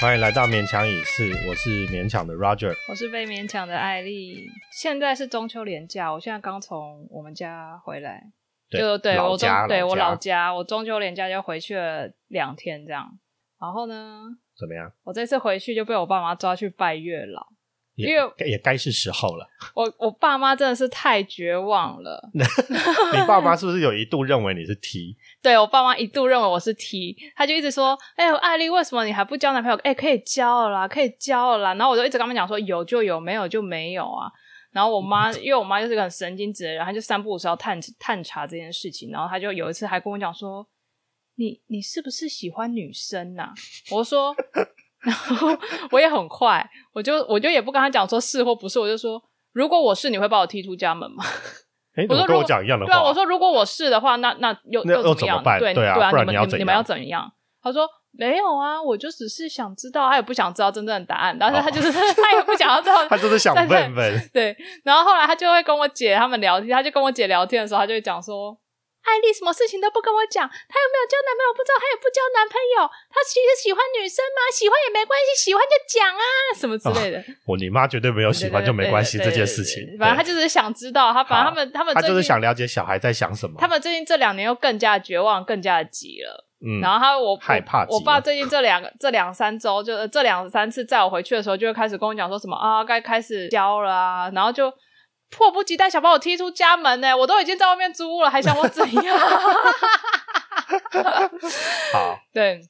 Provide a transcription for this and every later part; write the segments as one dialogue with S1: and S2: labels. S1: 欢迎来到勉强影视，我是勉强的 Roger。
S2: 我是被勉强的艾丽。现在是中秋连假，我现在刚从我们家回来，就对
S1: 老
S2: 我中
S1: 家，
S2: 对我
S1: 老
S2: 老家，我中秋连假就回去了两天这样。然后呢，
S1: 怎么样？
S2: 我这次回去就被我爸妈抓去拜月老，
S1: 也
S2: 因为
S1: 该也该是时候了。
S2: 我我爸妈真的是太绝望了。
S1: 你爸妈是不是有一度认为你是 T？
S2: 对我爸妈一度认为我是 T，他就一直说：“哎、艾丽，为什么你还不交男朋友？哎、可以交了啦，可以交了啦。”然后我就一直跟他们讲说：“有就有，没有就没有啊。”然后我妈，因为我妈就是个很神经质的人，她就三不五时要探探查这件事情。然后她就有一次还跟我讲说：“你你是不是喜欢女生呐、我说，然后我也很快，我就我就也不跟她讲说是或不是，我就说：“如果我是，你会把我踢出家门吗？”
S1: 哎，你
S2: 我
S1: 怎么
S2: 说
S1: 跟
S2: 如
S1: 我
S2: 果
S1: 讲一样的
S2: 对啊，我
S1: 话？
S2: 说如果我是的话，那那又
S1: 那又
S2: 又
S1: 怎么
S2: 怎样？
S1: 办
S2: 对
S1: 对啊不然
S2: 你们
S1: 你要
S2: 们
S1: 怎
S2: 你们要
S1: 样
S2: 怎样？他说没有啊，我就只是想知道，他也不想知道真正的答案，但是他就是、他也不想要知道
S1: 他就是 想
S2: 但是
S1: 问问，
S2: 对，然后后来他就会跟我姐他们聊天，他就跟我姐聊天的时候，他就会讲说。艾丽什么事情都不跟我讲，她有没有交男朋友不知道，她也不交男朋友，她其实喜欢女生吗？喜欢也没关系，喜欢就讲啊，什么之类的。
S1: 我你妈绝对没有喜欢就没关系
S2: 对
S1: 这
S2: 对
S1: 件
S2: 对
S1: 事
S2: 对
S1: 情。
S2: 反正她
S1: 对
S2: 就是想知道，她反
S1: 好
S2: 正他们他们
S1: 她
S2: 最
S1: 就是
S2: 近
S1: 想了解小孩在想什么。
S2: 他们最近这两年又更加绝望，更加急了。
S1: 嗯
S2: 然后他我
S1: 害怕极了
S2: 我，我爸最近这两个 这两三周，就呃这两三次载我回去的时候，就会开始跟我讲说什么啊，该开始交了啊，然后就迫不及待想把我踢出家门呢、我都已经在外面租屋了，还想我怎样？
S1: 好，
S2: 对，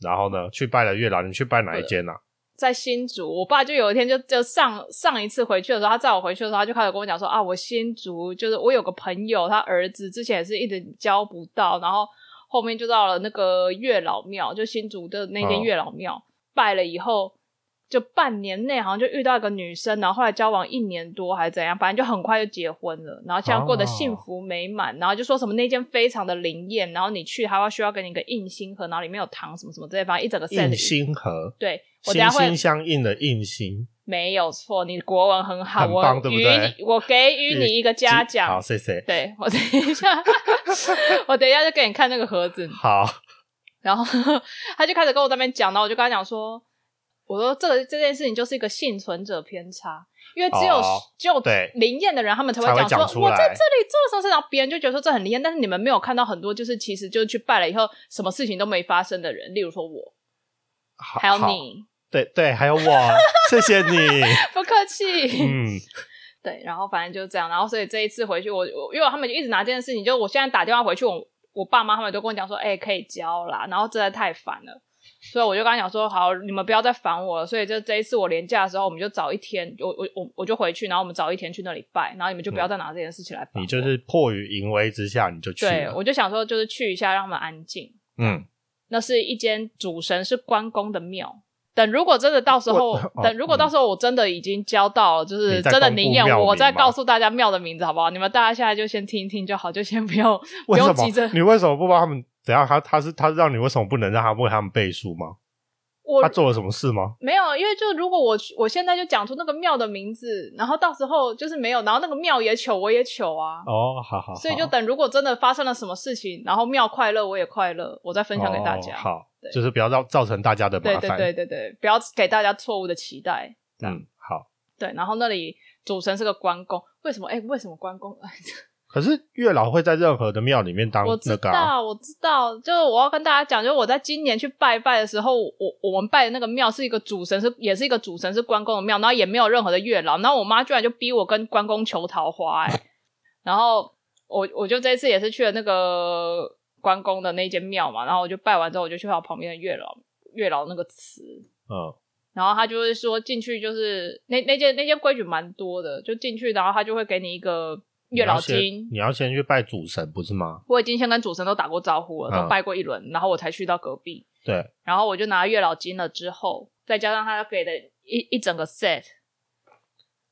S1: 然后呢，去拜了月老，你去拜哪一间
S2: 呃
S1: 啊？
S2: 在新竹，我爸就有一天就就上上一次回去的时候，他载我回去的时候，他就开始跟我讲说啊，我新竹就是我有个朋友，他儿子之前也是一直交不到，然后后面就到了那个月老庙，就新竹的那间
S1: 哦
S2: 月老庙、拜了以后，就半年内好像就遇到一个女生，然后后来交往一年多还是怎样，反正就很快就结婚了，然后现在过得幸福美满，然后就说什么那间非常的灵验，然后你去还要需要给你一个印心盒，然后里面有糖什么什么之类，反正一整个 set
S1: 印心盒，
S2: 对
S1: 心
S2: 我等一下会
S1: 心相印的印心，
S2: 没有错，你国文很好，
S1: 很棒
S2: 我
S1: 对不
S2: 予
S1: 对
S2: 你我给予你一个嘉
S1: 好，
S2: 奖。
S1: 谢谢。
S2: 对我等 一下，我等一下就给你看那个盒子，
S1: 好，
S2: 然后 他就开始跟我在那边讲，然后我就跟他讲说，我说这个这件事情就是一个幸存者偏差，因为只有、
S1: 哦
S2: 只有
S1: 对
S2: 灵验的人，他们才
S1: 才会
S2: 讲
S1: 讲
S2: 说
S1: 出
S2: 我在
S1: 来
S2: 这里做了什么事，然后别人就觉得说这很灵验，但是你们没有看到很多就是其实就去拜了以后什么事情都没发生的人，例如说我，
S1: 好，
S2: 还有
S1: 好，
S2: 你，
S1: 对对，还有我，谢谢你。
S2: 不客气。
S1: 嗯，
S2: 对，然后反正就这样，然后所以这一次回去，我我因为他们就一直拿这件事情，就我现在打电话回去，我我爸妈他们都跟我讲说，哎、可以交啦，然后真的太烦了，所以我就跟他讲说，好，你们不要再烦我了，所以就这一次我连假的时候，我们就早一天，我我我我就回去，然后我们早一天去那里拜，然后你们就不要再拿这件事情来烦我、
S1: 嗯你就是迫于淫威之下，你就去
S2: 对，
S1: 了。
S2: 我就想说就是去一下，让他们安静。
S1: 嗯，
S2: 那是一间主神是关公的庙。等如果真的到时候，
S1: 我 哦
S2: 等如果到时候我真的已经交到了，就是
S1: 你再
S2: 真的
S1: 公布
S2: 灵验
S1: 庙，名
S2: 我再
S1: 吗
S2: 告诉大家庙的名字好不好？你们大家现在就先听一听就好，就先不要不
S1: 为
S2: 用
S1: 什
S2: 急着
S1: 么？。你为什么不帮他们？怎样？他他是他让你为什么不能让他为他们背书吗？
S2: 我
S1: 他做了什么事吗？
S2: 没有，因为就如果我我现在就讲出那个庙的名字，然后到时候就是没有，然后那个庙也求我也求啊，
S1: 哦，好好，
S2: 所以
S1: 好
S2: 就等如果真的发生了什么事情，然后庙快乐我也快乐，我再分享给大家。
S1: 哦好
S2: 对，
S1: 就是不要造造成大家的
S2: 对
S1: 麻
S2: 对
S1: 烦。
S2: 对对对，不要给大家错误的期待。这样
S1: 嗯，好。
S2: 对，然后那里主神是个关公，为什么？哎，为什么关公？
S1: 可是月老会在任何的庙里面当
S2: 我知
S1: 那个啊、
S2: 道，我知道，就是我要跟大家讲，就是我在今年去拜拜的时候，我我们拜的那个庙是一个主神是也是一个主神是关公的庙，然后也没有任何的月老，然后我妈居然就逼我跟关公求桃花、哎，然后我我就这次也是去了那个关公的那间庙嘛，然后我就拜完之后，我就去到旁边的月老月老那个祠，
S1: 嗯，
S2: 然后他就会说进去就是那那间那间规矩蛮多的，就进去，然后他就会给你一个月老
S1: 你要
S2: 金
S1: 先。你要先去拜主神，不是吗？
S2: 我已经先跟主神都打过招呼了，
S1: 嗯
S2: 都拜过一轮，然后我才去到隔壁，
S1: 对，
S2: 然后我就拿月老金了之后，再加上他给的一一整个 set，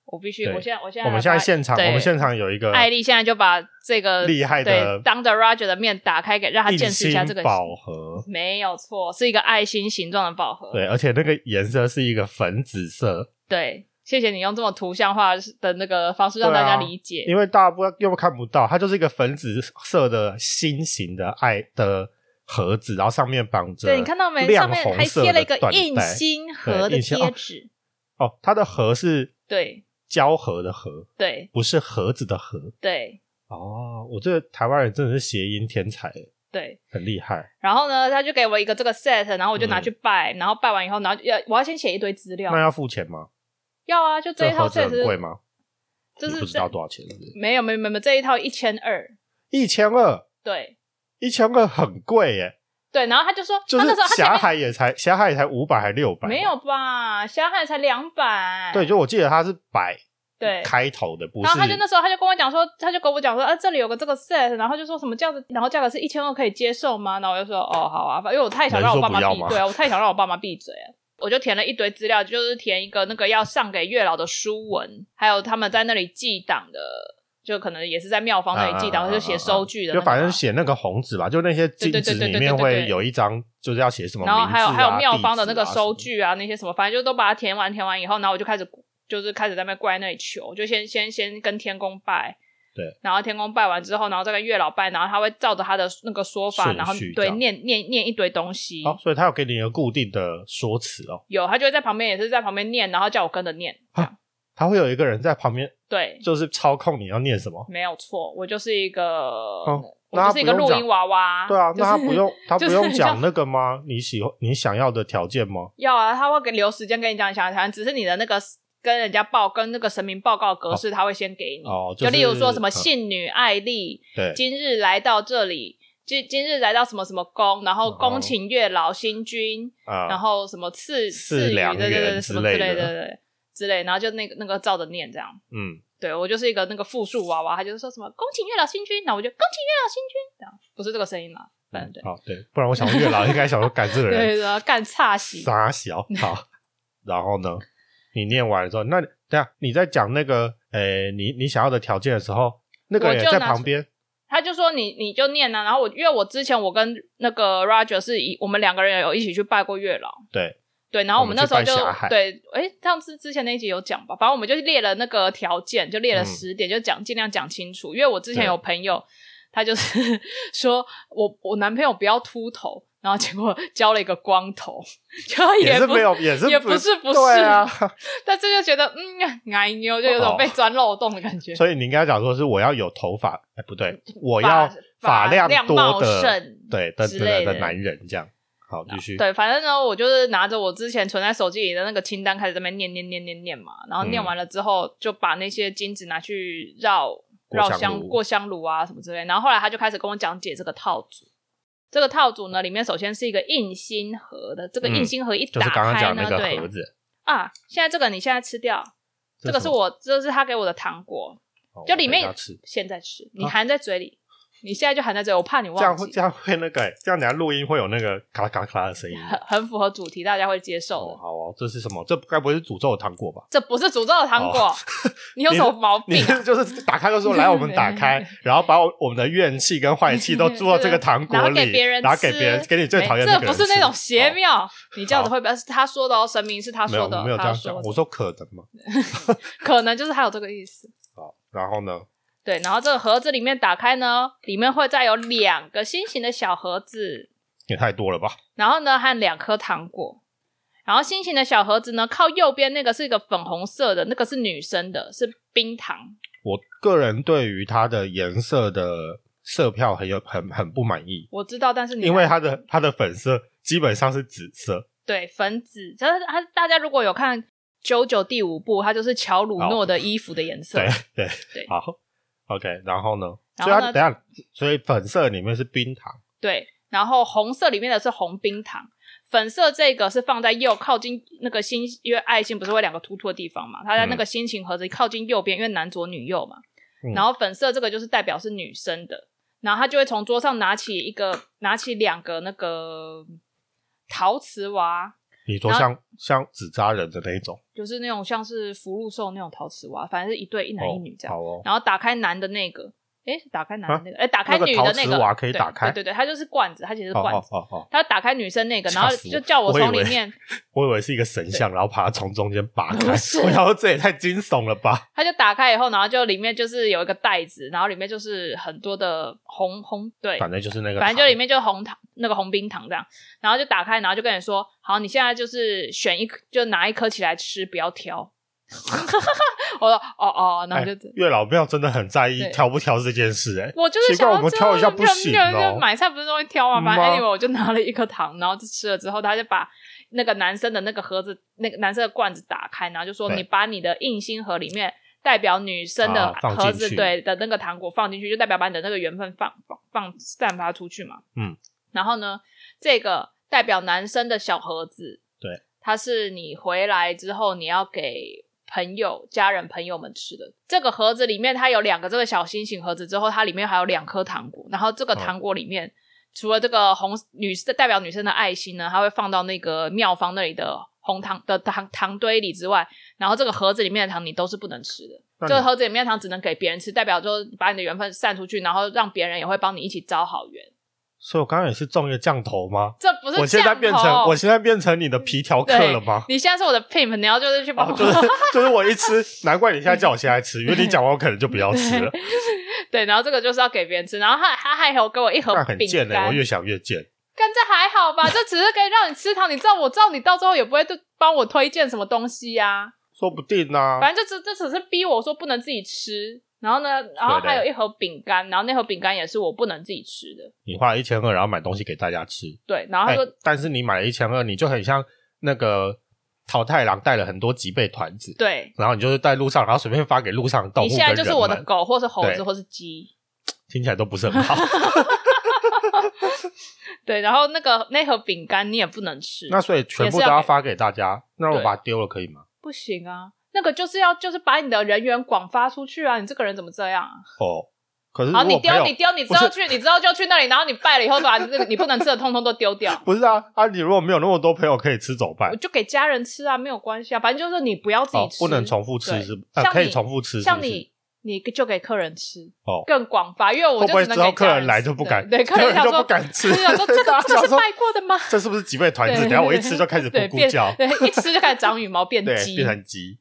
S2: 我必须，
S1: 对
S2: 我现在我现在
S1: 我们现在
S2: 把
S1: 现场，
S2: 对
S1: 我们现场有一个
S2: 艾丽现在就把这个
S1: 厉害的
S2: 对当着 Roger 的面打开给让他
S1: 印
S2: 见识一下
S1: 心
S2: 这个
S1: 宝盒，
S2: 没有错，是一个爱心形状的宝盒，
S1: 对，而且那个颜色是一个粉紫色，
S2: 对谢谢你用这么图像化的那个方式让大家
S1: 对啊
S2: 理解，
S1: 因为大家不又看不到，它就是一个粉紫色的心形的爱的盒子，然后上面绑着
S2: 对，你看到没？
S1: 亮
S2: 上面
S1: 红
S2: 还
S1: 色
S2: 贴了一
S1: 的
S2: 个
S1: 缎
S2: 印
S1: 带
S2: 心盒
S1: 对
S2: 的
S1: 印啊心
S2: 贴纸。
S1: 哦，它的盒是
S2: 对
S1: 胶盒的盒，
S2: 对
S1: 不是盒子的盒。
S2: 对
S1: 哦，我这个台湾人真的是谐音天才，欸
S2: 对。
S1: 很厉害。
S2: 然后呢，他就给我一个这个 set，然后我就拿去拜，然后拜完以后，然后要我要先写一堆资料
S1: 嗯那，要付钱吗？
S2: 要啊，就这一
S1: 这
S2: 套
S1: 盒子
S2: set
S1: 很贵
S2: 是
S1: 吗？
S2: 就
S1: 你
S2: 是
S1: 不知
S2: 这
S1: 道多少钱是不是？
S2: 没有没有没有没有这一套一千二，
S1: 一千二，
S2: 对
S1: 一千二很贵欸耶，
S2: 对。然后他就说，
S1: 就
S2: 他
S1: 是
S2: 那时候他前
S1: 霞
S2: 面
S1: 海也才霞海也才五百还六百，
S2: 没有吧？霞海才两百，
S1: 对，就我记得它是百
S2: 对。
S1: 开头的，不
S2: 然
S1: 是
S2: 后他就那时候他就跟我讲说，他就跟我讲说，啊，这里有个这个 set，然后就说什么价格，然后价格是一千二可以接受吗？然后我就说，哦，好啊，反因为我太想让我爸妈
S1: 能说
S2: 闭
S1: 不要，吗
S2: 对啊，我太想让我爸妈闭嘴了。我就填了一堆资料，就是填一个那个要上给月老的书文，还有他们在那里寄档的，就可能也是在庙方那里寄档，
S1: 啊啊啊啊啊
S2: 就写收据的那啊
S1: 就
S2: 个嘛，
S1: 反正写那个红纸吧，就那些金
S2: 对对
S1: 纸
S2: 对对
S1: 里
S2: 对
S1: 面
S2: 对对
S1: 会
S2: 对
S1: 有一张，就是要写什么名
S2: 然
S1: 字啊、
S2: 后还有还有妙
S1: 地
S2: 方的
S1: 址
S2: 那个
S1: 啊
S2: 收，据啊，那些什么，反正就都把它填完，填完以后，然后我就开始就是开始在那边跪在那里求，就先先先跟天公拜，
S1: 对，
S2: 然后天公拜完之后，然后再跟月老拜，然后他会照着他的那个说法，
S1: 顺序
S2: 然后
S1: 这
S2: 对
S1: 样
S2: 念念念一堆东西，
S1: 好、哦，所以他有给你一个固定的说辞哦，
S2: 有他就会在旁边也是在旁边念，然后叫我跟着念，这样
S1: 他会有一个人在旁边，
S2: 对，
S1: 就是操控你要念什么。
S2: 没有错，我就是一个、
S1: 哦
S2: 我
S1: 那
S2: 就
S1: 他
S2: 是一
S1: 不
S2: 个
S1: 用
S2: 录
S1: 讲
S2: 音娃娃，
S1: 对啊，
S2: 就
S1: 那他
S2: 是
S1: 不用 他不
S2: 就是
S1: 用
S2: 很
S1: 讲
S2: 像
S1: 那个吗？你喜欢你想要的条件吗？
S2: 要啊，他会给留时间给你讲一讲，讲只是你的那个跟人家报跟那个神明报告格式，他会先给你。
S1: 哦，
S2: 就是例如说什么
S1: 嗯
S2: 信女艾丽，
S1: 对
S2: 今日来到这里，今今日来到什么什么宫，然后
S1: 哦
S2: 恭请月老星君，
S1: 啊，
S2: 然后什么赐
S1: 四
S2: 赐予
S1: 良
S2: 对对
S1: 缘
S2: 对
S1: 之
S2: 什么
S1: 类的
S2: 类对对对之类，然后就那个那个照着念这样。
S1: 嗯，
S2: 对我就是一个那个复数娃娃，他就是说什么恭请月老星君，那我就恭请月老星君，这样不是这个声音啦，反正对
S1: 嗯好对，不然我想月老应该想说赶这个
S2: 对对
S1: 人
S2: 对，然后干差戏。
S1: 傻小好，然后呢，你念完之后，那等一下你在讲那个呃你你想要的条件的时候，那个
S2: 我
S1: 人也
S2: 就
S1: 在
S2: 拿
S1: 旁
S2: 出
S1: 边
S2: 他就说你你就念啊，然后我因为我之前我跟那个 Roger 是以我们两个人有一起去拜过月老，
S1: 对。
S2: 对，然后我们那时候就
S1: 我们去拜霞海
S2: 对，哎，上次之前那一集有讲吧，反正我们就列了那个条件，就列了十点，就讲尽量讲清楚，因为我之
S1: 嗯
S2: 前
S1: 对
S2: 有朋友，他就是 说我我男朋友不要秃头，然后结果 交了一个光头，就
S1: 也是
S2: 不
S1: 没有，也是
S2: 也不是不是
S1: 对 啊。
S2: 但是就觉得嗯，哎呦，就有种被钻漏洞的感觉，
S1: 哦所以你应该讲说是我要有头发，哎、不对，我
S2: 嗯发
S1: 要发量
S2: 量
S1: 多
S2: 茂
S1: 的，
S2: 盛，
S1: 对的
S2: 之类
S1: 的
S2: 的
S1: 的男人这样。好，继续。
S2: 对，反正呢，我就是拿着我之前存在手机里的那个清单开始在那边念念念念念嘛，然后念
S1: 嗯
S2: 完了之后，就把那些金子拿去绕
S1: 过
S2: 绕
S1: 香
S2: 香
S1: 炉
S2: 过香炉啊什么之类。然后后来他就开始跟我讲解这个套组。这个套组呢，里面首先是一个印心盒的，这个
S1: 嗯
S2: 印心盒一
S1: 就是
S2: 打
S1: 刚刚
S2: 开
S1: 讲
S2: 呢，
S1: 那个盒
S2: 对
S1: 子，
S2: 啊，现在这个你现在吃掉，这个
S1: 什
S2: 是
S1: 么，
S2: 我这是他给我的糖果，
S1: 哦
S2: 就
S1: 我等
S2: 里
S1: 一
S2: 面
S1: 下吃
S2: 现在吃，你
S1: 啊
S2: 含在嘴里，你现在就含在嘴里，我怕你
S1: 这样
S2: 忘
S1: 会
S2: 记，
S1: 这样会那个、哎这样等下录音会有那个咔啦咔啦咔啦的声音。
S2: 很 很符合主题，大家会接受的
S1: 哦，。好哦，这是什么？这该不会是诅咒的糖果吧？
S2: 这不是诅咒的糖果， 你有
S1: 哦你
S2: 什么毛
S1: 你
S2: 病啊？
S1: 是就是 打开就说来，我们打开，然后把我我们的怨气跟坏气都注到
S2: 嗯
S1: 这个糖果
S2: 啊然后
S1: 里，
S2: 给别人吃，
S1: 然后给别人，给你最讨厌的
S2: 没
S1: 那
S2: 这
S1: 个
S2: 不
S1: 人
S2: 是那
S1: 吃
S2: 种邪
S1: 哦
S2: 妙，你这样子会不会？是他说的哦，神明是他
S1: 没有
S2: 说的，
S1: 没有这
S2: 他
S1: 样讲，
S2: 说的
S1: 我说可能嘛。
S2: 可能就是他有这个意思。
S1: 好，然后呢？
S2: 对，然后这个盒子里面打开呢，里面会再有两个心形的小盒子，
S1: 也太多了吧？
S2: 然后呢和两颗糖果。然后心形的小盒子呢，靠右边那个是一个粉红色的，那个是女生的，是冰糖。
S1: 我个人对于它的颜色的色票很有很很不满意，
S2: 我知道，但是你啊
S1: 因为它
S2: 还
S1: 的它的粉色基本上是紫色，
S2: 对，粉紫，就是他大家如果有看《九九》第五部，它就是乔鲁诺的衣服的颜色
S1: 哦对。对
S2: 对
S1: 好，OK，然后呢？
S2: 然
S1: 所以
S2: 后
S1: 它
S2: 呢
S1: 等一下，所以粉色里面是冰糖，
S2: 对，然后红色里面的是红冰糖，粉色这个是放在右靠近那个心，因为爱心不是会有两个突突的地方嘛，它在那个心情盒子靠近右边，因为男左女右嘛。
S1: 嗯
S2: 然后粉色这个就是代表是女生的，然后他就会从桌上拿起一个，拿起两个那个陶瓷娃，
S1: 你说
S2: 然后
S1: 像像纸扎人的那一种，
S2: 就是那种像是福禄寿那种陶瓷娃，反正是一对一男一女这样。
S1: 好哦，
S2: 然后打开男的那个，诶，打开男的那个，诶，打开
S1: 啊那个
S2: 女的
S1: 陶
S2: 那个，
S1: 瓷娃可以打开
S2: 对对对对，它就是罐子，它其实是
S1: 哦
S2: 罐
S1: 哦
S2: 子，
S1: 哦哦，
S2: 它打开女生那个，然
S1: 吓
S2: 后
S1: 死我
S2: 就叫我从
S1: 我以为
S2: 里面，
S1: 我以为是一个神像，然后把它从中间拔开，
S2: 不哦是
S1: 我想说这也太惊悚了吧？
S2: 它就打开以后，然后就里面就是有一个袋子，然后里面就是很多的红红，对，
S1: 反正就是那个糖，
S2: 反正就里面就红糖那个红冰糖这样，然后就打开，然后就跟你说，好，你现在就是选一颗，就拿一颗起来吃，不要挑。 我说哦哦，然后就、
S1: 哎月老庙真的很在意
S2: 对
S1: 挑不挑这件事、哎，
S2: 我就是
S1: 奇怪
S2: 想要
S1: 我们
S2: 知
S1: 挑一下
S2: 道
S1: 不
S2: 人
S1: 行
S2: 人
S1: 哦
S2: 就买菜不是都会挑吗？反
S1: 嗯
S2: 正
S1: 啊
S2: anyway，我就拿了一颗糖，然后就吃了之后，他就把那个男生的那个盒子，那个男生的罐子打开，然后就说
S1: 对
S2: 你把你的硬心盒里面。代表女生的
S1: 啊放
S2: 盒
S1: 进
S2: 子、
S1: 去
S2: 对的那个糖果放进去，就代表把你的那个缘分放放放散发出去嘛。
S1: 嗯，
S2: 然后呢，这个代表男生的小盒子，
S1: 对，
S2: 它是你回来之后你要给朋友、家人、朋友们吃的。这个盒子里面它有两个这个小心形盒子，之后它里面还有两颗糖果，然后这个
S1: 嗯
S2: 糖果里面、除了这个红女代表女生的爱心呢，它会放到那个妙方那里的红糖的糖糖堆里之外，然后这个盒子里面的糖你都是不能吃的。
S1: 那
S2: 这个
S1: 你
S2: 盒子里面的糖只能给别人吃，代表就是把你的缘分散出去，然后让别人也会帮你一起招好缘。
S1: 所以我刚刚也是中一个降头吗？
S2: 这不是
S1: 我现在
S2: 降头
S1: 变成我现在变成你的皮条客
S2: 对
S1: 了 吗？
S2: 你现在是我的 pimp，你要就是去帮我、
S1: 哦，就是就是我一吃，难怪你现在叫我现在吃，因为你讲完我可能就不要吃
S2: 哦
S1: 了，
S2: 对，然后这个就是要给别人吃，然后他他还有给我一盒
S1: 那很
S2: 饼
S1: 贱
S2: 干，
S1: 嘞、我越想越贱。
S2: 干这还好吧？ 这只是可以让你吃糖，你知道我知道你到最后也不会对帮我推荐什么东西呀、
S1: 说不定呢、啊，
S2: 反正这只这只是逼我说不能自己吃，然后呢，然后
S1: 对的
S2: 还有一盒饼干，然后那盒饼干也是我不能自己吃的，
S1: 你花一千二，然后买东西给大家吃，
S2: 对，然后他
S1: 哎
S2: 说、，
S1: 但是你买了一千二，你就很像那个桃太郎带了很多脊背团子，
S2: 对。
S1: 然后你就是在路上，然后随便发给路上的动物
S2: 你现在
S1: 跟
S2: 就是
S1: 人
S2: 我的
S1: 们
S2: 狗，或是猴
S1: 对
S2: 子，或是鸡，
S1: 听起来都不是很 好。
S2: 对。然后那个那盒饼干你也不能吃，
S1: 那所以全部
S2: 也
S1: 都
S2: 是要
S1: 要
S2: 给
S1: 发给大家，那我
S2: 对
S1: 把它丢了可以 吗？
S2: 不行啊，那个就是要就是把你的人缘广发出去啊！你这个人怎么这样啊？
S1: 哦，可是
S2: 好，
S1: 如
S2: 你
S1: 果
S2: 丢
S1: 朋
S2: 你
S1: 友，
S2: 丢，你之后去你之后就去那里，然后你拜了以后把你这个你不能吃的通通都丢掉
S1: 不是啊啊，你如果没有那么多朋友可以吃怎么办
S2: 我？就给家人吃啊，没有关系啊，反正就是你不要自己
S1: 哦，
S2: 吃，
S1: 不能重复吃
S2: 对
S1: 是不呃
S2: 像
S1: 可以
S2: 你
S1: 重复吃是不是，
S2: 像你。你就给客人吃，
S1: 哦
S2: 更广发，因为我
S1: 会不
S2: 就只
S1: 会
S2: 能
S1: 之后
S2: 给
S1: 客
S2: 家
S1: 人来
S2: 吃
S1: 就不敢，
S2: 对，对客
S1: 客
S2: 人
S1: 人
S2: 想
S1: 就
S2: 说
S1: 不敢吃，
S2: 客人想说这
S1: 大
S2: 个
S1: 家
S2: 这个
S1: 想
S2: 是
S1: 说
S2: 拜过的吗？
S1: 这是不是脊背团子？等
S2: 对
S1: 一下我一吃就开始不
S2: 对
S1: 顾
S2: 变
S1: 叫，
S2: 对，一吃就开始长羽毛变
S1: 对，
S2: 鸡，
S1: 变成鸡。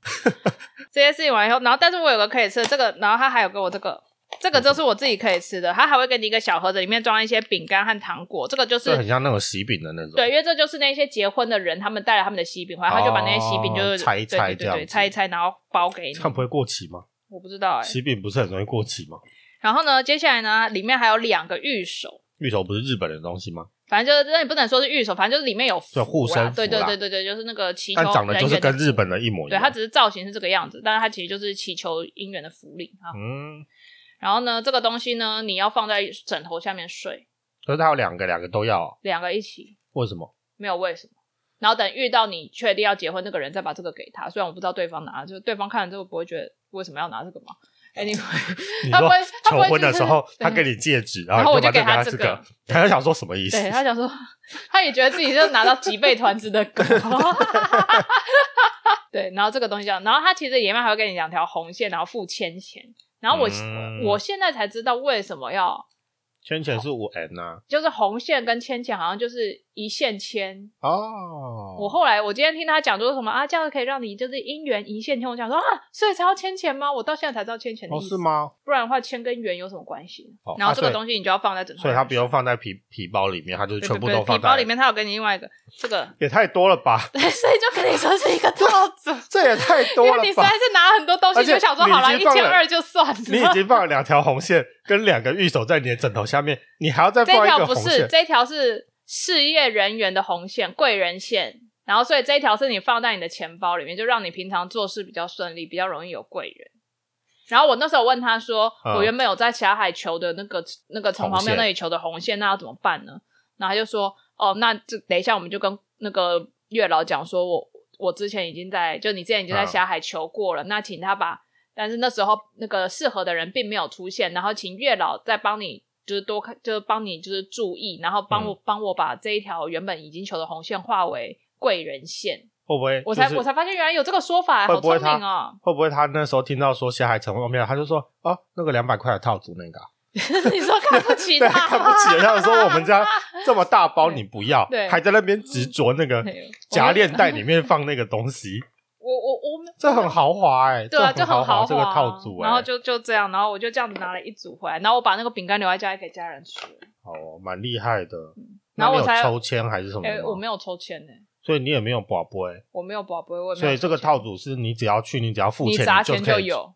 S2: 这些事情完以后，然后但是我有个可以吃的这个，然后他还有给我这个，这个就是我自己可以吃的，他还会给你一个小盒子，里面装一些饼干和糖果，这个就
S1: 这很
S2: 是。
S1: 像那种喜饼的那种。
S2: 对，，因为这就是那些结婚的人，他们带了他们的喜饼回来，他就把那些喜饼就是、
S1: 哦拆一拆
S2: 对
S1: 这
S2: 对
S1: 样
S2: 对
S1: 子
S2: 对，拆一拆，然后包给你
S1: 这。样不会过期吗？
S2: 我不知道哎、
S1: 喜饼不是很容易过期吗？
S2: 然后呢，接下来呢，里面还有两个玉手，
S1: 芋头不是日本的东西吗？
S2: 反正就是那也不能说是玉手，反正就是里面有符
S1: 对护身
S2: 啦对对
S1: 符啦
S2: 对对对，就是那个祈求
S1: 但长得
S2: 人
S1: 就是
S2: 缘的
S1: 跟日
S2: 符
S1: 本的一模一
S2: 对，
S1: 样。
S2: 它只是造型是这个样子，但是它其实就是祈求姻缘的符令啊。
S1: 嗯，
S2: 然后呢，这个东西呢，你要放在枕头下面睡，
S1: 可是它有两个，两个都要哦，
S2: 两个一起，
S1: 为什么？
S2: 没有为什么。然后等遇到你确定要结婚那个人，再把这个给他。虽然我不知道对方拿，就对方看了之后不会觉得为什么要拿这个嘛。Anyway，
S1: 你
S2: 他不
S1: 说
S2: 会他不
S1: 求
S2: 会
S1: 婚的
S2: 就是
S1: 时候，
S2: 对
S1: 他给你戒指，
S2: 然后
S1: 后
S2: 我
S1: 你把
S2: 就给
S1: 这
S2: 他
S1: 他
S2: 这
S1: 这
S2: 个
S1: 个，他就想说什么意思？
S2: 对他想说，他也觉得自己就拿到脊背团子的狗。 对，然后这个东西这样，然后他其实里面还会给你两条红线，然后付千钱。然后我、
S1: 嗯
S2: 我现在才知道为什么要，
S1: 圈钱是五 n 啊，
S2: 就是红线跟千钱好像就是一线牵，
S1: 哦，
S2: 我后来我今天听他讲说什么啊，这样可以让你就是姻缘一线牵，我想说啊，所以才要牵钱吗？我到现在才知道牵钱的
S1: 哦
S2: 意思，
S1: 是？吗？
S2: 不然的话，钱跟缘有什么关系？
S1: 哦
S2: 然后
S1: 啊
S2: 这个
S1: 所以
S2: 东西你就要放在枕头
S1: 所
S2: 上
S1: 以
S2: 面，
S1: 它不用放在皮皮包里面，它就是
S2: 对
S1: 全部
S2: 对
S1: 都
S2: 对
S1: 放
S2: 皮包
S1: 在
S2: 里面，他有给你另外一个这个，
S1: 也太多了吧？
S2: 对，所以就跟你说 是一个
S1: 啊
S2: 套子，
S1: 这也太
S2: 因
S1: 多
S2: 为
S1: 了
S2: 你实
S1: 吧
S2: 在？是拿很多东西，
S1: 而且
S2: 就想说
S1: 你已
S2: 好
S1: 经
S2: 一
S1: 放
S2: 千
S1: 了
S2: 二就算了。
S1: 你已经放了两条红线跟两个玉手在你的枕头下面，你还要再
S2: 这
S1: 放一
S2: 条
S1: 个
S2: 不
S1: 红
S2: 是，
S1: 线，
S2: 这条是事业人员的红线，贵人线。然后，所以这一条是你放在你的钱包里面，就让你平常做事比较顺利，比较容易有贵人。然后我那时候问他说，
S1: 嗯
S2: 我原本有在霞海求的那个那个城隍
S1: 红
S2: 庙
S1: 线
S2: 那里求的红线，那要怎么办呢？然后他就说，哦，那这等一下我们就跟那个月老讲说我，我之前已经在，就你之前已经在
S1: 嗯
S2: 霞海求过了，那请他把，但是那时候那个适合的人并没有出现，然后请月老再帮你。就是多看，就是帮你，就是注意，然后帮我、
S1: 嗯
S2: 帮我把这一条原本已经求的红线化为贵人线。
S1: 会不会？
S2: 我才、
S1: 就是
S2: 我才发现原来有这个说法，
S1: 会
S2: 好
S1: 不会
S2: 聪
S1: 他
S2: 明哦！
S1: 会不会他那时候听到说下海城隍庙，他就说哦，那个两百块的套组那个 啊、
S2: 你说看不起
S1: 对，
S2: 他，
S1: 看不起人家说我们 家这么大包你不要，
S2: 对
S1: 还在那边执着那个
S2: 对
S1: 夹链袋里面放那个东 西，
S2: 我我我没有
S1: 这很豪华哎、
S2: 对啊，
S1: 这
S2: 就
S1: 豪
S2: 豪华啊、
S1: 这个套组哎、
S2: 然后就就这样，然后我就这样子拿了一组回来，然后我把那个饼干留在家里给家人吃。
S1: 哦，蛮厉害的。
S2: 嗯然后
S1: 那你
S2: 我
S1: 有
S2: 才
S1: 抽签还是什么
S2: 哎、
S1: 的吗？
S2: 我没有抽签呢、
S1: 所以你也没有宝贝、
S2: 我没有宝贝，我也没
S1: 所
S2: 有
S1: 以这个套组是你只要去，你只要付
S2: 你
S1: 钱，
S2: 砸
S1: 就
S2: 钱
S1: 可以。
S2: 有，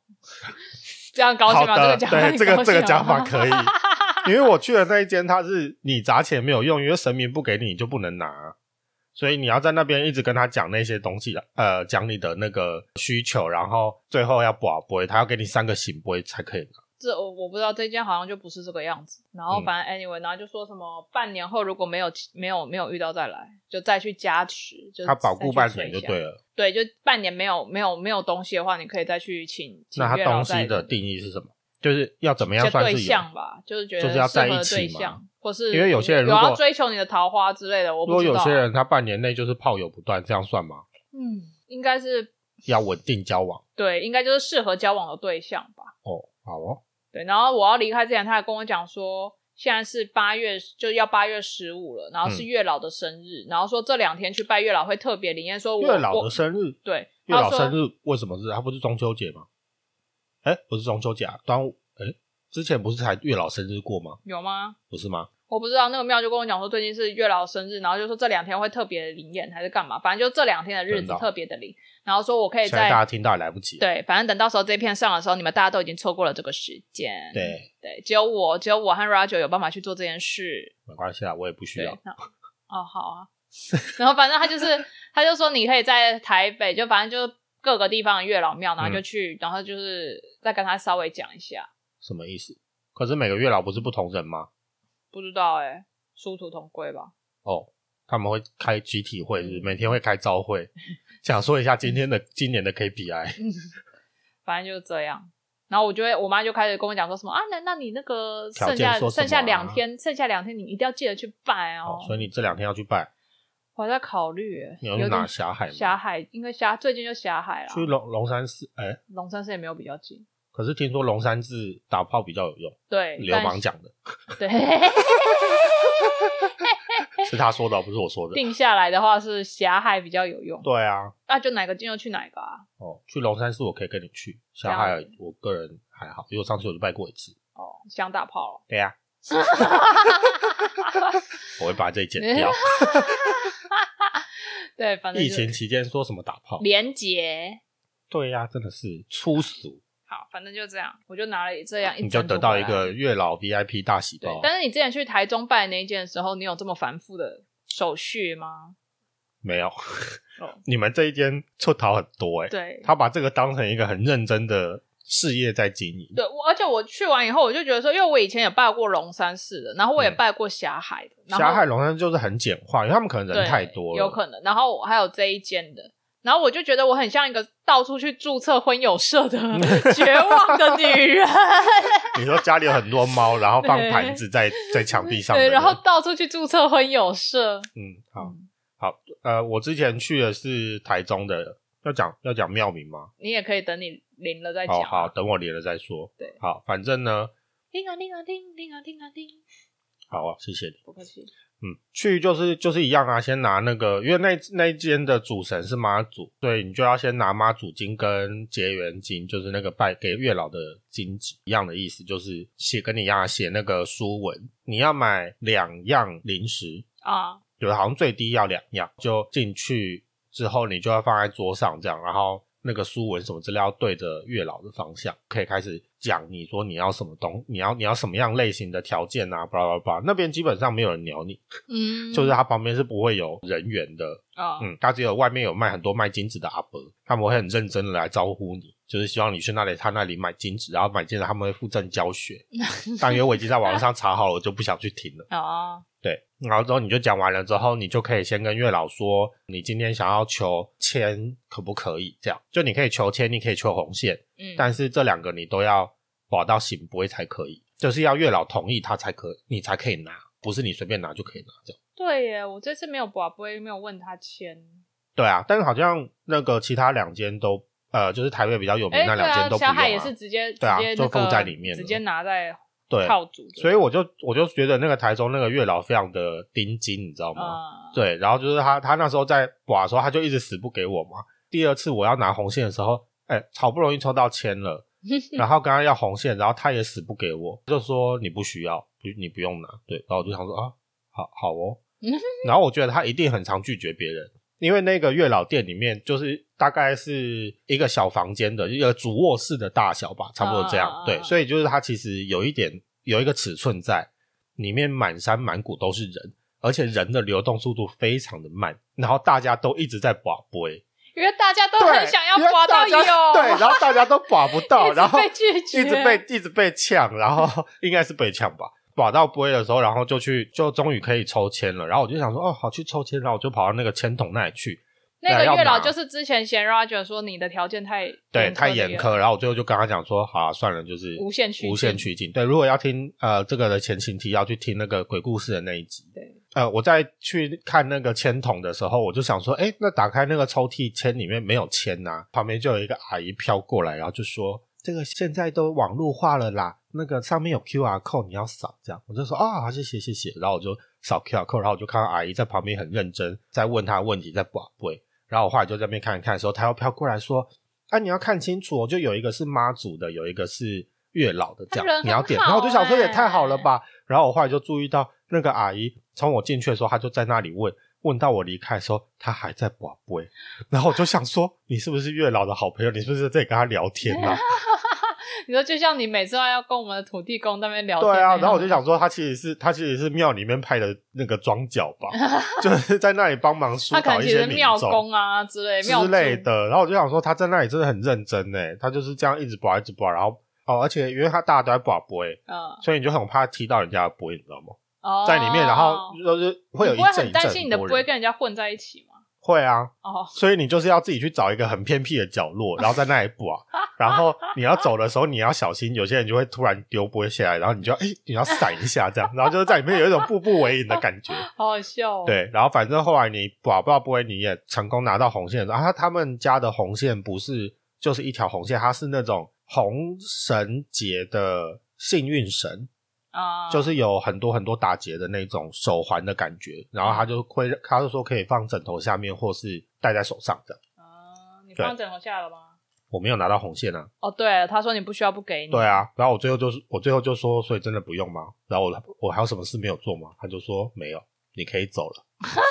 S2: 这样高
S1: 好
S2: 兴啊吗？
S1: 的，
S2: 这个讲法
S1: 对，这个这个讲法
S2: 以。
S1: 可以，因为我去的那一间，它是你砸钱没有用，因为神明不给你，你就不能拿。所以你要在那边一直跟他讲那些东西，呃，讲你的那个需求，然后最后要保杯，他要给你三个醒杯才可以拿。
S2: 这我我不知道，这间好像就不是这个样子。然后
S1: 嗯
S2: 反正 anyway，然后就说什么半年后如果没有没有没有遇到再来，就再去加持，就
S1: 他保
S2: 再
S1: 固
S2: 去
S1: 半
S2: 催
S1: 年
S2: 一
S1: 就
S2: 下
S1: 对了。
S2: 对，就半年没有没有没有东西的话，你可以再去请。请
S1: 那
S2: 月
S1: 他
S2: 老
S1: 东
S2: 再
S1: 西的定义是什么？就是要怎么样
S2: 就
S1: 算
S2: 对
S1: 是有？
S2: 象吧，就是觉得
S1: 就是要
S2: 适合
S1: 在一
S2: 的
S1: 起
S2: 对
S1: 嘛
S2: 象，或是
S1: 因为有些人
S2: 有
S1: 如果
S2: 要追求你的桃花之类的，我
S1: 如
S2: 不
S1: 果
S2: 知道
S1: 有
S2: 啊。
S1: 些人他半年内就是炮友不断，这样算吗？
S2: 嗯，应该是
S1: 要稳定交往
S2: 对，应该就是适合交往的对象吧。
S1: 哦，好哦，
S2: 对，然后我要离开之前，他还跟我讲说，现在是八月，就要八月十五了，然后是
S1: 嗯
S2: 月老的生日，然后说这两天去拜月老会特别灵验，说我
S1: 月老
S2: 我
S1: 的生日，
S2: 对，
S1: 月
S2: 他
S1: 老
S2: 说
S1: 生日为什么是？他不是中秋节吗？哎，不是中秋节、啊，端午哎，之前不是才月老生日过吗？
S2: 有吗？
S1: 不是吗？
S2: 我不知道那个庙就跟我讲说最近是月老生日，然后就说这两天会特别灵验还是干嘛，反正就这两天的日
S1: 真
S2: 子
S1: 的哦
S2: 特别的灵，然后说我可以
S1: 现在
S2: 在
S1: 大家听到也来不及了。
S2: 对，反正等到时候这片上的时候，你们大家都已经错过了这个时间。
S1: 对，
S2: 对，只有我，只有我和 Roger 有办法去做这件事。
S1: 没关系啊，我也不需
S2: 对，
S1: 要。
S2: 那哦，好啊。 然后反正他就是，他就说你可以在台北，就反正就各个地方的月老庙，然后
S1: 嗯
S2: 就去，然后就是再跟他稍微讲一下。
S1: 什么意思？可是每个月老不是不同人吗？
S2: 不知道哎、殊途同归吧。
S1: 哦，他们会开集体会，是不是每天会开招会，想说一下今天的今年的 KPI。
S2: 嗯反正就是这样。然后我就会，我妈就开始跟我讲说什么啊，那那你那个
S1: 条
S2: 剩
S1: 件
S2: 下、
S1: 说什
S2: 剩下
S1: 么啊
S2: 两天，剩下两天你一定要记得去拜哦。
S1: 哦，所以你这两天要去拜，
S2: 我还在考虑欸，
S1: 你要
S2: 有
S1: 去
S2: 点啊
S1: 哪霞海吗？
S2: 霞海应该霞最近就霞海啦，
S1: 去龙龙山寺，哎、
S2: 龙山寺也没有比较近。
S1: 可是听说龙山寺打炮比较有用，
S2: 对，
S1: 流氓
S2: 讲
S1: 讲的，
S2: 对，
S1: 是他说的哦，不是我说的。
S2: 定下来的话是霞海比较有用，
S1: 对啊，
S2: 那、就哪个近就去哪个啊。
S1: 哦，去龙山寺我可以跟你去，小
S2: 了
S1: 海
S2: 解
S1: 我个人还好，因为我上次我就拜过一次。
S2: 哦，想打炮了，
S1: 对啊呀、 我会把这剪 掉。
S2: 对，反正
S1: 疫
S2: 就
S1: 情期间说什么打炮？
S2: 连结，
S1: 对呀、真的是粗俗，
S2: 好，反正就这样，我就拿了这样一，
S1: 啊你就得到一。个哦月老 VIP 大喜
S2: 啊对
S1: 报，。
S2: 但是你之前去台中办那一件的时候，你有这么繁复的手续吗？
S1: 没有，
S2: 哦，
S1: 你们这一间出逃很多哎、
S2: 对，
S1: 他把这个当成一个很认真的事业在经营。
S2: 对，我而且我去完以后，我就觉得说，因为我以前也拜过龙山寺的，然后我也
S1: 嗯
S2: 拜过霞海的，然后
S1: 霞海龙山就是很简化，因为他们可能人
S2: 对
S1: 太多了，
S2: 有可能。然后我还有这一间的，然后我就觉得我很像一个到处去注册婚友社 的绝望的女人，
S1: 你说家里有很多猫，然后放
S2: 对
S1: 盘子在在墙壁上的
S2: 对，
S1: 人，
S2: 然后到处去注册婚友社。
S1: 嗯，好
S2: 嗯
S1: 好，呃，我之前去的是台中的，要讲要讲庙名吗？
S2: 你也可以等你灵了再讲。
S1: 哦，好，，等我连了再说。
S2: 对
S1: 好，反正呢，
S2: 叮啊叮啊叮，叮啊叮啊叮，
S1: 好啊，谢谢你。
S2: 不客气。
S1: 嗯，去就是就是一样啊，先拿那个，因为那那一间的主神是妈祖，所以你就要先拿妈祖经跟结缘经，就是那个拜给月老的经纸一样的意思，就是写跟你一样啊写那个书文，你要买两样零食，
S2: 啊，
S1: 有的好像最低要两样，就进去之后你就要放在桌上这样，然后那个书文什么资料对着月老的方向，可以开始讲你说你要什么东，你要你要什么样类型的条件啊，巴拉巴拉，那边基本上没有人鸟你，
S2: 嗯，
S1: 就是它旁边是不会有人员的，
S2: 啊，
S1: 嗯，它只有外面有卖很多卖金子的阿伯，他们会很认真的来招呼你，就是希望你去那里他那里买金子，然后买金子他们会附赠教学，但因为我已经在网上查好了，我就不想去听了。
S2: 啊，
S1: 对，然后之后你就讲完了之后，你就可以先跟月老说，你今天想要求签可不可以？这样，就你可以求签，你可以求红线，
S2: 嗯，
S1: 但是这两个你都要保到醒杯才可以，就是要月老同意他才可，你才可以拿，不是你随便拿就可以拿这样。
S2: 对耶，我这次没有把不会没有问他签。
S1: 对啊，但是好像那个其他两间都，呃，就是台北比较有名
S2: 哎，
S1: 那
S2: 对
S1: 两间
S2: 啊，
S1: 都不
S2: 小
S1: 用、
S2: 海也是直接直
S1: 对啊
S2: 接
S1: 就
S2: 那
S1: 放
S2: 个
S1: 在里面
S2: 直
S1: 了
S2: 接拿在
S1: 对
S2: 套组的，
S1: 所以我就我就觉得那个台中那个月老非常的盯紧，你知道吗？
S2: 啊，
S1: 对，然后就是他，他那时候在刮的时候，他就一直死不给我嘛。第二次我要拿红线的时候，哎，好不容易抽到签了，然后刚刚要红线，然后他也死不给我，就说你不需要，不你不用拿。对，然后我就想说啊，好好哦，
S2: 嗯
S1: 然后我觉得他一定很常拒绝别人，因为那个月老店里面就是大概是一个小房间的一个主卧室的大小吧，差不多这样。
S2: 啊
S1: 对，所以就是它其实有一点有一个尺寸在，里面满山满谷都是人，而且人的流动速度非常的慢，然后大家都一直在拔杯，
S2: 因为大家都
S1: 对
S2: 很想要
S1: 因为
S2: 刮到
S1: 大
S2: 有，
S1: 家 对，然后大家都拔不到，
S2: 一
S1: 然
S2: 直
S1: 后
S2: 被拒绝，
S1: 一直被一直被呛，然后应该是被呛吧。把到杯的时候，然后就去，就终于可以抽签了。然后我就想说，哦，好去抽签，然后我就跑到那个签筒那里去。
S2: 那个月
S1: 啊要拿
S2: 老就是之前嫌 Roger 说你的条件太
S1: 对，太严
S2: 了
S1: 苛。然后我最后就跟他讲说，好、啊，算了，就是
S2: 无限趋近
S1: 无限趋近。对，如果要听呃这个的前情提要，去听那个鬼故事的那一集。
S2: 对，
S1: 呃，我在去看那个签筒的时候，我就想说，哎，那打开那个抽屉，签里面没有签呐、旁边就有一个阿姨飘过来，然后就说。这个现在都网络化了啦，那个上面有 Q R code，你要扫这样。我就说啊、好谢谢谢谢。然后我就扫 Q R code，然后我就看到阿姨在旁边很认真在问她问题，在把对。然后我后来就在那边看一看的时候，他又飘过来说：“啊，你要看清楚哦，就有一个是妈祖的，有一个是月老的，这
S2: 他人
S1: 样
S2: 很
S1: 你要点。”
S2: 好
S1: 然后我就想说
S2: 欸
S1: 也太好了吧。然后我后来就注意到那个阿姨从我进去的时候，她就在那里问，问到我离开的时候，她还在卜龟。然后我就想说，你是不是月老的好朋友？你是不是在跟他聊天 啊？
S2: 你说就像你每次都要跟我们的土地公那边聊天
S1: 对
S2: 那
S1: 啊，
S2: 样，
S1: 然后我就想说，他其实是他其实是庙里面派的那个庄脚 吧，就是在那里帮忙疏
S2: 他可
S1: 导
S2: 能
S1: 一
S2: 其实
S1: 些
S2: 是
S1: 民
S2: 庙
S1: 众。
S2: 公啊之类
S1: 之类，
S2: 庙
S1: 的。然后我就想说，他在那里真的很认真呢，他就是这样一直拔一直拔，然后哦，而且因为他大家都在拔播诶，
S2: 祝嗯，
S1: 所以你就很怕踢到人家的播，你知道吗？
S2: 哦
S1: 在里面，然后就是会有
S2: 你
S1: 一
S2: 不会
S1: 阵
S2: 很
S1: 一阵
S2: 担心你的
S1: 很
S2: 不
S1: 多
S2: 会
S1: 人
S2: 跟人家混在一起吗？
S1: 会啊，
S2: 哦，
S1: 所以你就是要自己去找一个很偏僻的角落，然后在那里 拔。然后你要走的时候，你要小心，有些人就会突然丢波下来，然后你就哎、你要闪一下这样，然后就是在里面有一种步步为营的感觉。
S2: 好好笑、哦，，
S1: 对，然后反正后来你保不到不会，你也成功拿到红线的时候，然后他们家的红线不是就是一条红线，它是那种红绳结的幸运绳，
S2: 啊、
S1: 就是有很多很多打结的那种手环的感觉，然后他就会他就说可以放枕头下面或是戴在手上的。
S2: 啊，你放枕头下了吗？
S1: 我没有拿到红线啊，
S2: 哦，对了，他说你不需要，不给你，
S1: 对，啊，然后我最后就是我最后就说，所以真的不用吗？然后我我还有什么事没有做吗？他就说没有，你可以走了。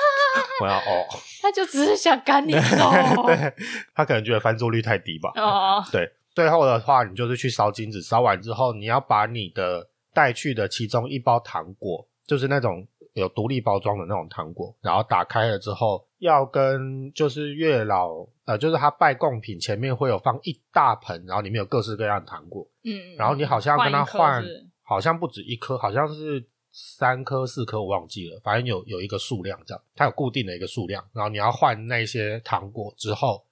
S1: 我要哦，
S2: 他就只是想赶你走，
S1: 对他可能觉得翻桌率太低吧。
S2: 哦，
S1: 对，最后的话，你就是去烧金纸，烧完之后，你要把你的带去的其中一包糖果，就是那种有独立包装的那种糖果，然后打开了之后，要跟就是月老，呃，就是他拜贡品前面会有放一大盆，然后里面有各式各样的糖果，
S2: 嗯，
S1: 然后你好像要跟他换
S2: 换一颗是不是，
S1: 好像不止一颗，好像是三颗、四颗，我忘记了，反正有有一个数量这样，它有固定的一个数量。然后你要换那些糖果之后，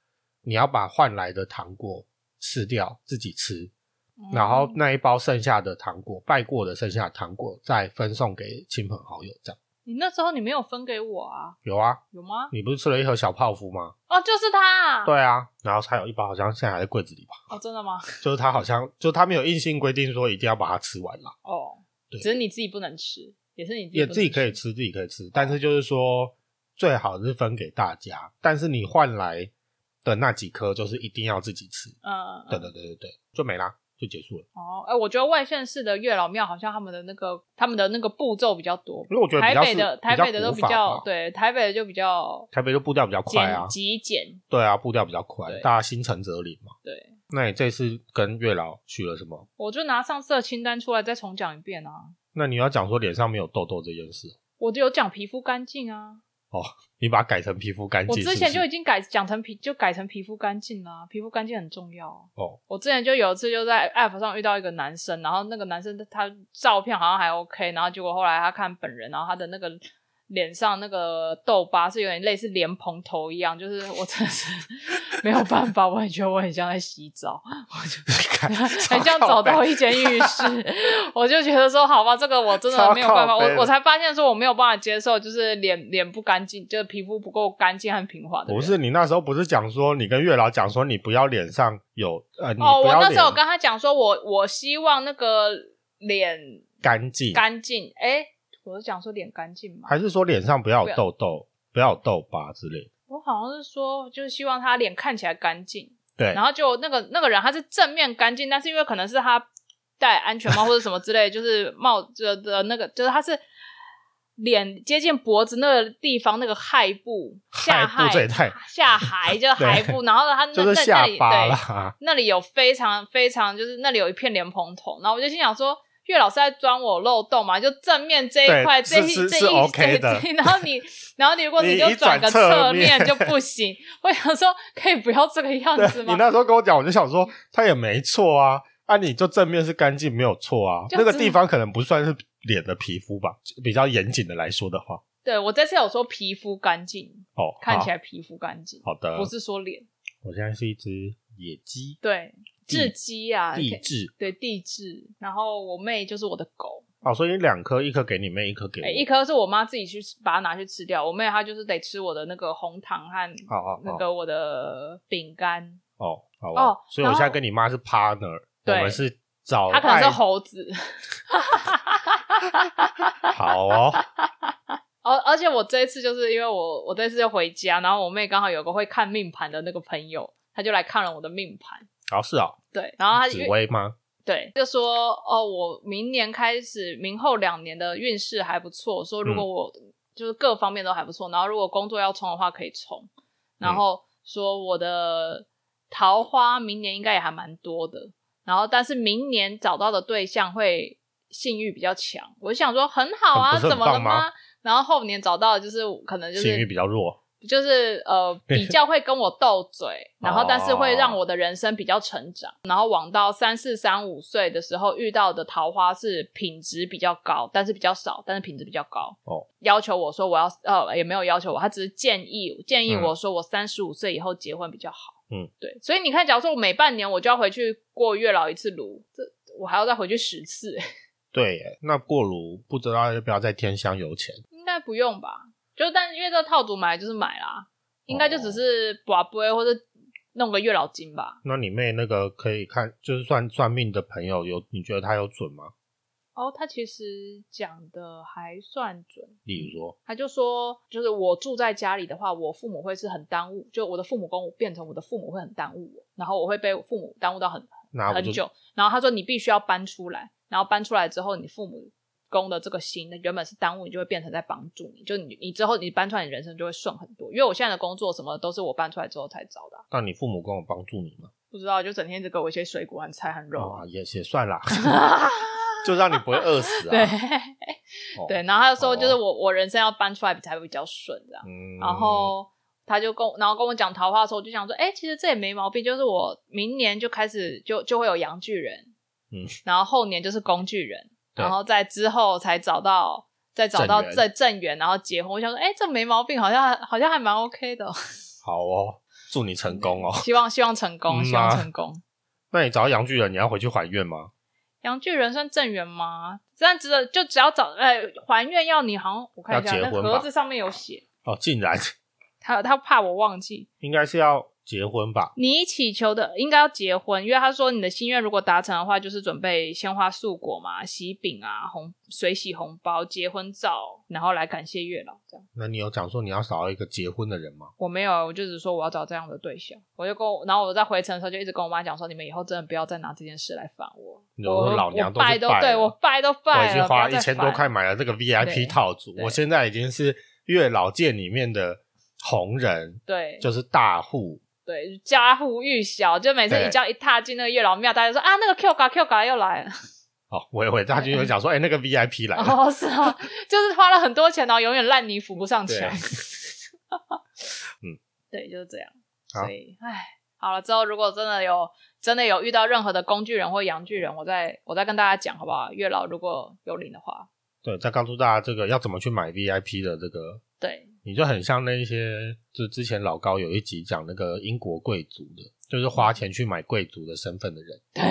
S1: 你要把换来的糖果吃掉，自己吃，
S2: 嗯
S1: 然后那一包剩下的糖果，拜过的剩下的糖果再分送给亲朋好友这样。
S2: 你那时候你没有分给我啊，
S1: 有啊，
S2: 有吗？
S1: 你不是吃了一盒小泡芙吗？
S2: 哦，就是他，，
S1: 对啊，然后还有一包好像现在还在柜子里吧，
S2: 哦，真的吗？
S1: 就是它好像就它没有硬性规定说一定要把它吃完啦。
S2: 哦，
S1: 对
S2: 只是你自己不能吃，也是你自己
S1: 也
S2: 不能
S1: 自己可以
S2: 吃，
S1: 吃，自己可以吃，但是就是说最好是分给大家，但是你换来的那几颗就是一定要自己吃。
S2: 嗯，嗯
S1: 对对对对对，就没啦，就结束了。
S2: 哦，哎、我觉得外县市的月老庙好像他们的那个他们的那个步骤比较多，
S1: 因为我觉得比
S2: 台
S1: 较
S2: 北
S1: 是
S2: 的台
S1: 较
S2: 北的都
S1: 古
S2: 比
S1: 法
S2: 较
S1: 吧，
S2: 对，台北的就比较
S1: 台北就步调比较快啊
S2: 简，极简，
S1: 对啊，步调比较快
S2: 对，
S1: 大家心诚则灵嘛。
S2: 对。
S1: 那你这次跟月老去了什么？
S2: 我就拿上次的清单出来再重讲一遍啊，
S1: 那你要讲说脸上没有痘痘这件事，
S2: 我有讲皮肤干净啊，
S1: 你把它改成皮肤干净
S2: 我
S1: 是不是。
S2: 之前 就已经改讲成皮就改成皮肤干净啦、皮肤干净很重要啊、
S1: 哦，
S2: 我之前就有一次就在 App 上遇到一个男生，然后那个男生他照片好像还 OK，然后结果后来他看本人，然后他的那个脸上那个痘疤是有点类似莲蓬头一样，就是我真的是 没有办法，我也觉得我很像在洗 澡，
S1: 看
S2: 很像走到一间浴室， 我就觉得说好吧，这个我真的没有办
S1: 超
S2: 法，
S1: 靠背的
S2: 我我才发现说我没有办法接受，就是脸脸不干净，就是皮肤不够干净和平滑的人。
S1: 不是你那时候不是讲说你跟月老讲说你不要脸上有呃你
S2: 哦，
S1: 不
S2: 我
S1: 要
S2: 那时候有
S1: 脸
S2: 跟他讲说我我希望那个脸。
S1: 干净，
S2: 干净。哎、我是讲说脸干净嘛，
S1: 还是说脸上不要有痘痘，不要有痘疤之类的？
S2: 我好像是说就是希望他脸看起来干净，
S1: 对
S2: 然后就那个那个人他是正面干净，但是因为可能呃是他戴安全帽或者什么之类，就是帽子的那个就是他是。脸接近脖子那个地方那个亥部下
S1: 亥部这一带
S2: 下海就是亥部，然 后他那
S1: 就是
S2: 那
S1: 下
S2: 那里
S1: 巴
S2: 对
S1: 啦。
S2: 那里有非常非常就是那里有一片莲蓬头，然后我就心想说。岳老师在钻我漏洞嘛？就正面这一块，
S1: 对
S2: 这一
S1: 是是
S2: 这一
S1: 是 OK 的
S2: 这一然后 你，然后你如果
S1: 你
S2: 就
S1: 一
S2: 转
S1: 转
S2: 个
S1: 侧
S2: 侧
S1: 面
S2: 就不行。我想说，可以不要这个样子
S1: 对
S2: 吗
S1: 你？那时候跟我讲，我就想说他也没错啊，啊，你就正面是干净没有错啊，
S2: 就
S1: 那个
S2: 只
S1: 地方可能不算是脸的皮肤吧，比较严谨的来说的话，
S2: 对我这次有说皮肤干净，
S1: 哦，
S2: 看起
S1: 来
S2: 来皮肤干净，
S1: 好的
S2: 不，是说脸。
S1: 我现在是一只野鸡，
S2: 对，
S1: 地
S2: 至基啊，
S1: 地质
S2: 对地质，然后我妹就是我的狗，
S1: 哦，所以你两颗，一颗给你妹，一颗给我，
S2: 哎，一颗是我妈自己去把它拿去吃掉，我妹她就是得吃我的那个红糖和
S1: 好好
S2: 那
S1: 好
S2: 个我的饼干，
S1: 哦，好
S2: 哦
S1: 吧，所以我
S2: 然后
S1: 现在跟你妈是 partner，我
S2: 对
S1: 们是找
S2: 她可能是
S1: 爱
S2: 猴子。
S1: 好 哦，
S2: 而哦而且我这一次就是因为我我这次就回家，然后我妹刚好有个会看命盘的那个朋友，她就来看了我的命盘。
S1: 好是哦，
S2: 对，然后她就
S1: 紫薇吗？
S2: 对，就说哦，我明年开始，明后两年的运势还不错。说如果
S1: 嗯
S2: 我、就是各方面都还不错，然后如果工作要冲的话可以冲，
S1: 嗯
S2: 然后说我的桃花明年应该也还蛮多的，然后但是明年找到的对象会性欲比较强。我就想说很好啊，
S1: 很不是
S2: 怎
S1: 很
S2: 么了
S1: 棒吗
S2: 吗？然后后年找到的就是可能就
S1: 性
S2: 是
S1: 欲比较弱，
S2: 就是呃 比较会跟我斗嘴，然后但是会让
S1: 哦
S2: 我的人生比较成长，然后往到三四三五岁的时候遇到的桃花是品质比较高，但是比较少，但是品质比较高。
S1: 哦，
S2: 要求我说我要呃也没有要求我，他只是建议建议
S1: 嗯
S2: 我说我三十五岁以后结婚比较好。
S1: 嗯，
S2: 对，所以你看，假如说我每半年我就要回去过月老一次炉，这我还要再回去十次，
S1: 对耶，那过炉不知道要不要再添香油钱，
S2: 应该不用吧？就但因为这套组买就是买啦，应该就
S1: 哦
S2: 只是把杯或者弄个月老金吧。
S1: 那你妹那个可以看，就是算算命的朋友有，你觉得他有准吗？
S2: 哦，他其实讲的还算准，
S1: 例如说，
S2: 他就说，就是我住在家里的话，我父母会是很耽误，就我的父母公变成我的父母会很耽误我，然后我会被父母耽误到很
S1: 那啊我
S2: 很
S1: 就
S2: 久。然后他说你必须要搬出来，然后搬出来之后，你父母公的这个心，那原本是耽误你，就会变成在帮助你。就你你之后你搬出来，你人生就会顺很多。因为我现在的工作什么都是我搬出来之后才找的啊、
S1: 那你父母跟我帮助你吗？
S2: 不知道就整天只给我一些水果和菜和肉
S1: 哦
S2: 啊。，
S1: 也也算 啦，就让你不会饿死啊。
S2: 对、
S1: 哦
S2: 对，，然后他就说
S1: 哦
S2: 就是我我人生要搬出来才会比较顺这样。
S1: 嗯，
S2: 然后他就跟我，然后跟我讲桃花的时候，我就想说，哎、其实这也没毛病，就是我明年就开始就就会有阳具人，
S1: 嗯，
S2: 然后后年就是工具人，
S1: 对
S2: 然后在之后才找到再找到
S1: 正缘
S2: 正正缘，然后结婚。我想说，哎、这没毛病，好像好像还蛮 OK 的哦，
S1: 好哦，祝你成功哦。
S2: 希望希望成功，
S1: 嗯啊
S2: 希望成功。
S1: 那你找到杨巨人，你要回去还愿吗？
S2: 阳具人算正缘吗？这样子的就只要找哎、还愿要你好像我看一下
S1: 要结
S2: 那
S1: 婚吧
S2: 盒子上面有写，
S1: 哦，竟然
S2: 他他怕我忘记，
S1: 应该是要结婚吧？
S2: 你祈求的应该要结婚，因为他说你的心愿如果达成的话，就是准备鲜花、素果嘛、喜饼啊、红水洗红包、结婚照，然后来感谢月老。这样
S1: 那你有讲说你要找到一个结婚的人吗？
S2: 我没有，我就只说我要找这样的对象，我就跟我，然后我在回程的时候就一直跟我妈讲说，你们以后真的不要再拿这件事来烦我。
S1: 你说
S2: 我
S1: 老娘
S2: 我
S1: 都是
S2: 拜都
S1: 拜
S2: 对
S1: 了
S2: 我拜都
S1: 我
S2: 拜
S1: 已经
S2: 了，
S1: 花
S2: 不要
S1: 一
S2: 再
S1: 千
S2: 烦
S1: 多块买了这个
S2: 对
S1: VIP 套组，
S2: 对
S1: 我现在已经是月老界里面的红人，
S2: 对，
S1: 就是大户。
S2: 对家户愈小，就每次你
S1: 对
S2: 只要一踏进那个月老庙，大家就说啊，那个 Q 嘎 Q 嘎又来了。
S1: 哦，我以为他就有讲说，哎、那个 VIP 来了，
S2: 哦，是哦，就是花了很多钱，然后永远烂泥扶不上墙
S1: 对。
S2: 嗯
S1: 嗯，
S2: 对，就是这样。
S1: 好
S2: 所以，唉，好了，之后如果真的有真的有遇到任何的工具人或洋具人，我再我再跟大家讲好不好？月老如果有灵的话，
S1: 对，再告诉大家这个要怎么去买 VIP 的这个，
S2: 对
S1: 你就很像那一些，就之前老高有一集讲那个英国贵族的，就是花钱去买贵族的身份的人，
S2: 对，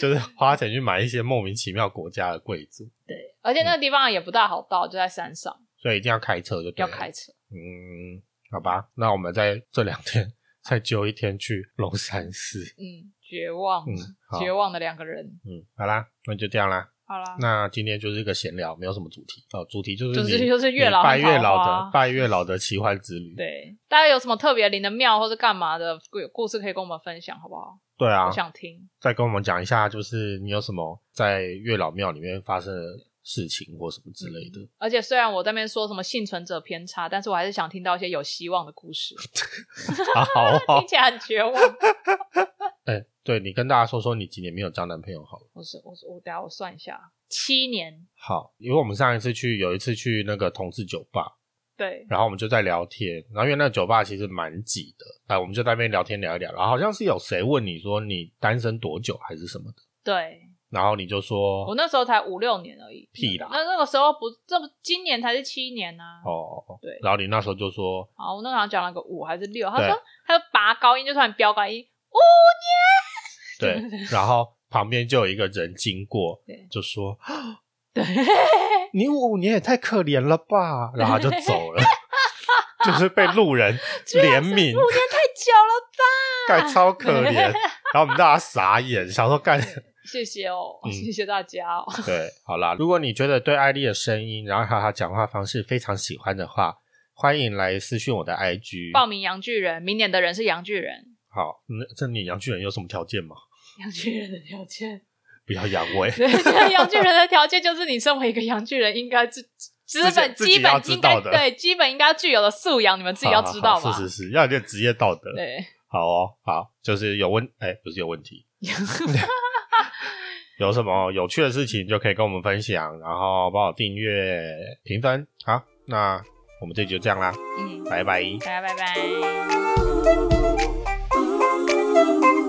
S1: 就是花钱去买一些莫名其妙国家的贵族，
S2: 对，而且那个地方也不大好到，就在山上，
S1: 所以一定要开车就对
S2: 要
S1: 了。
S2: 开车。
S1: 嗯，好吧，那我们在这两天 再揪一天去龙山寺。
S2: 嗯，绝望，
S1: 嗯，好，
S2: 绝望的两个人。
S1: 嗯，好啦，那就这样啦。
S2: 好啦，
S1: 那今天就是一个闲聊，没有什么主题哦，主题就是
S2: 就
S1: 你
S2: 是就是月老
S1: 你拜
S2: 和桃
S1: 月老
S2: 花
S1: 的拜月老的奇幻之旅。
S2: 对，大家有什么特别灵的庙或是干嘛的故故事可以跟我们分享，好不好？
S1: 对啊
S2: 我，想听。
S1: 再跟我们讲一下，就是你有什么在月老庙里面发生的事情或什么之类的。
S2: 而且虽然我在那边说什么幸存者偏差，但是我还是想听到一些有希望的故事，
S1: 好好 好
S2: 听，起来很绝望。
S1: 哎、对你跟大家说说你几年没有交男朋友好了。
S2: 我是我是我，等一下我算一下，七年，
S1: 好，因为我们上一次去有一次去那个同志酒吧，
S2: 对，
S1: 然后我们就在聊天，然后因为那个酒吧其实蛮挤的，哎，我们就在那边聊天聊一聊，然后好像是有谁问你说你单身多久还是什么的，
S2: 对
S1: 然后你就说
S2: 我那时候才五六年而已，
S1: 屁啦
S2: 那那个时候不，这不今年才是七年呐、啊。
S1: 哦，
S2: 对
S1: 然后你那时候就说
S2: 好，我那时候讲了个五还是六，他
S1: 对
S2: 说他就拔高音，就突然飙高音，
S1: 对，然后旁边就有一个人经过
S2: 对，
S1: 就说
S2: 对，
S1: 你五年也太可怜了吧，然后他就走了，就是被路人怜悯，
S2: 五年太久了 吧？
S1: 干超可怜，然后我们大家傻眼，想说干。
S2: 谢谢哦，
S1: 嗯
S2: 谢谢大家哦。
S1: 对，好啦，如果你觉得对艾丽的声音，然后还有她讲话方式非常喜欢的话，欢迎来私讯我的 IG。
S2: 报名杨巨人，明年的人是杨巨人，
S1: 好，嗯这你养巨人有什么条件吗？
S2: 杨巨人的条件，
S1: 不要养 我欸，
S2: 对，这杨巨人的条件就是你身为一个杨巨人，应该自资本
S1: 自己
S2: 基
S1: 要
S2: 本
S1: 知
S2: 应
S1: 道
S2: 该
S1: 的
S2: 对基本应该具有的素养，你们自己要知道
S1: 好 好
S2: 吧
S1: 好？是是是，要有点职业道德。
S2: 对，
S1: 好哦，好，就是有问，哎、不是有问题， 有什么有趣的事情就可以跟我们分享，然后帮我订阅、评分。好，那我们这集就这样啦，
S2: 嗯，
S1: 拜拜。
S2: 大家拜拜。
S3: Ooh, ooh, ooh, ooh.